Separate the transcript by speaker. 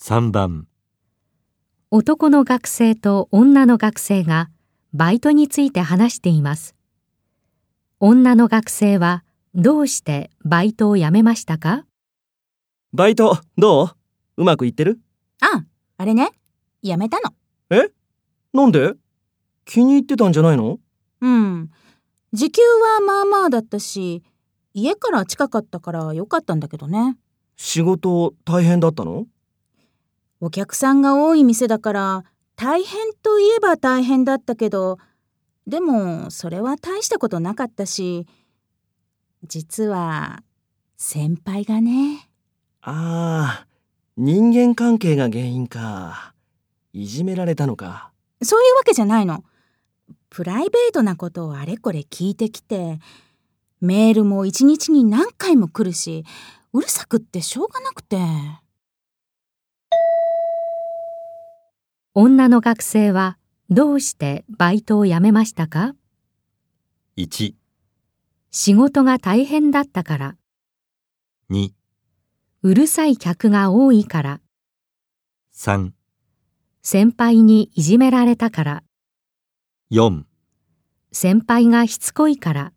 Speaker 1: 3番
Speaker 2: 男の学生と女の学生がバイトについて話しています女の学生はどうしてバイトを辞めましたか
Speaker 3: バイト、どううまくいってる
Speaker 4: あ、あれね。やめたの。
Speaker 3: なんで気に入ってたんじゃないの
Speaker 4: うん。時給はまあまあだったし、家から近かったから良かったんだけどね。
Speaker 3: 仕事大変だったの
Speaker 4: お客さんが多い店だから、大変といえば大変だったけど、でもそれは大したことなかったし、実は先輩がね。
Speaker 3: ああ、人間関係が原因か。いじめられたのか。
Speaker 4: そういうわけじゃないの。プライベートなことをあれこれ聞いてきて、メールも一日に何回も来るし、うるさくってしょうがなくて。
Speaker 2: 女の学生はどうしてバイトを辞めましたか
Speaker 1: 1、
Speaker 2: 仕事が大変だったから
Speaker 1: 2、
Speaker 2: うるさい客が多いから
Speaker 1: 3、
Speaker 2: 先輩にいじめられたから
Speaker 1: 4
Speaker 2: 先輩がしつこいから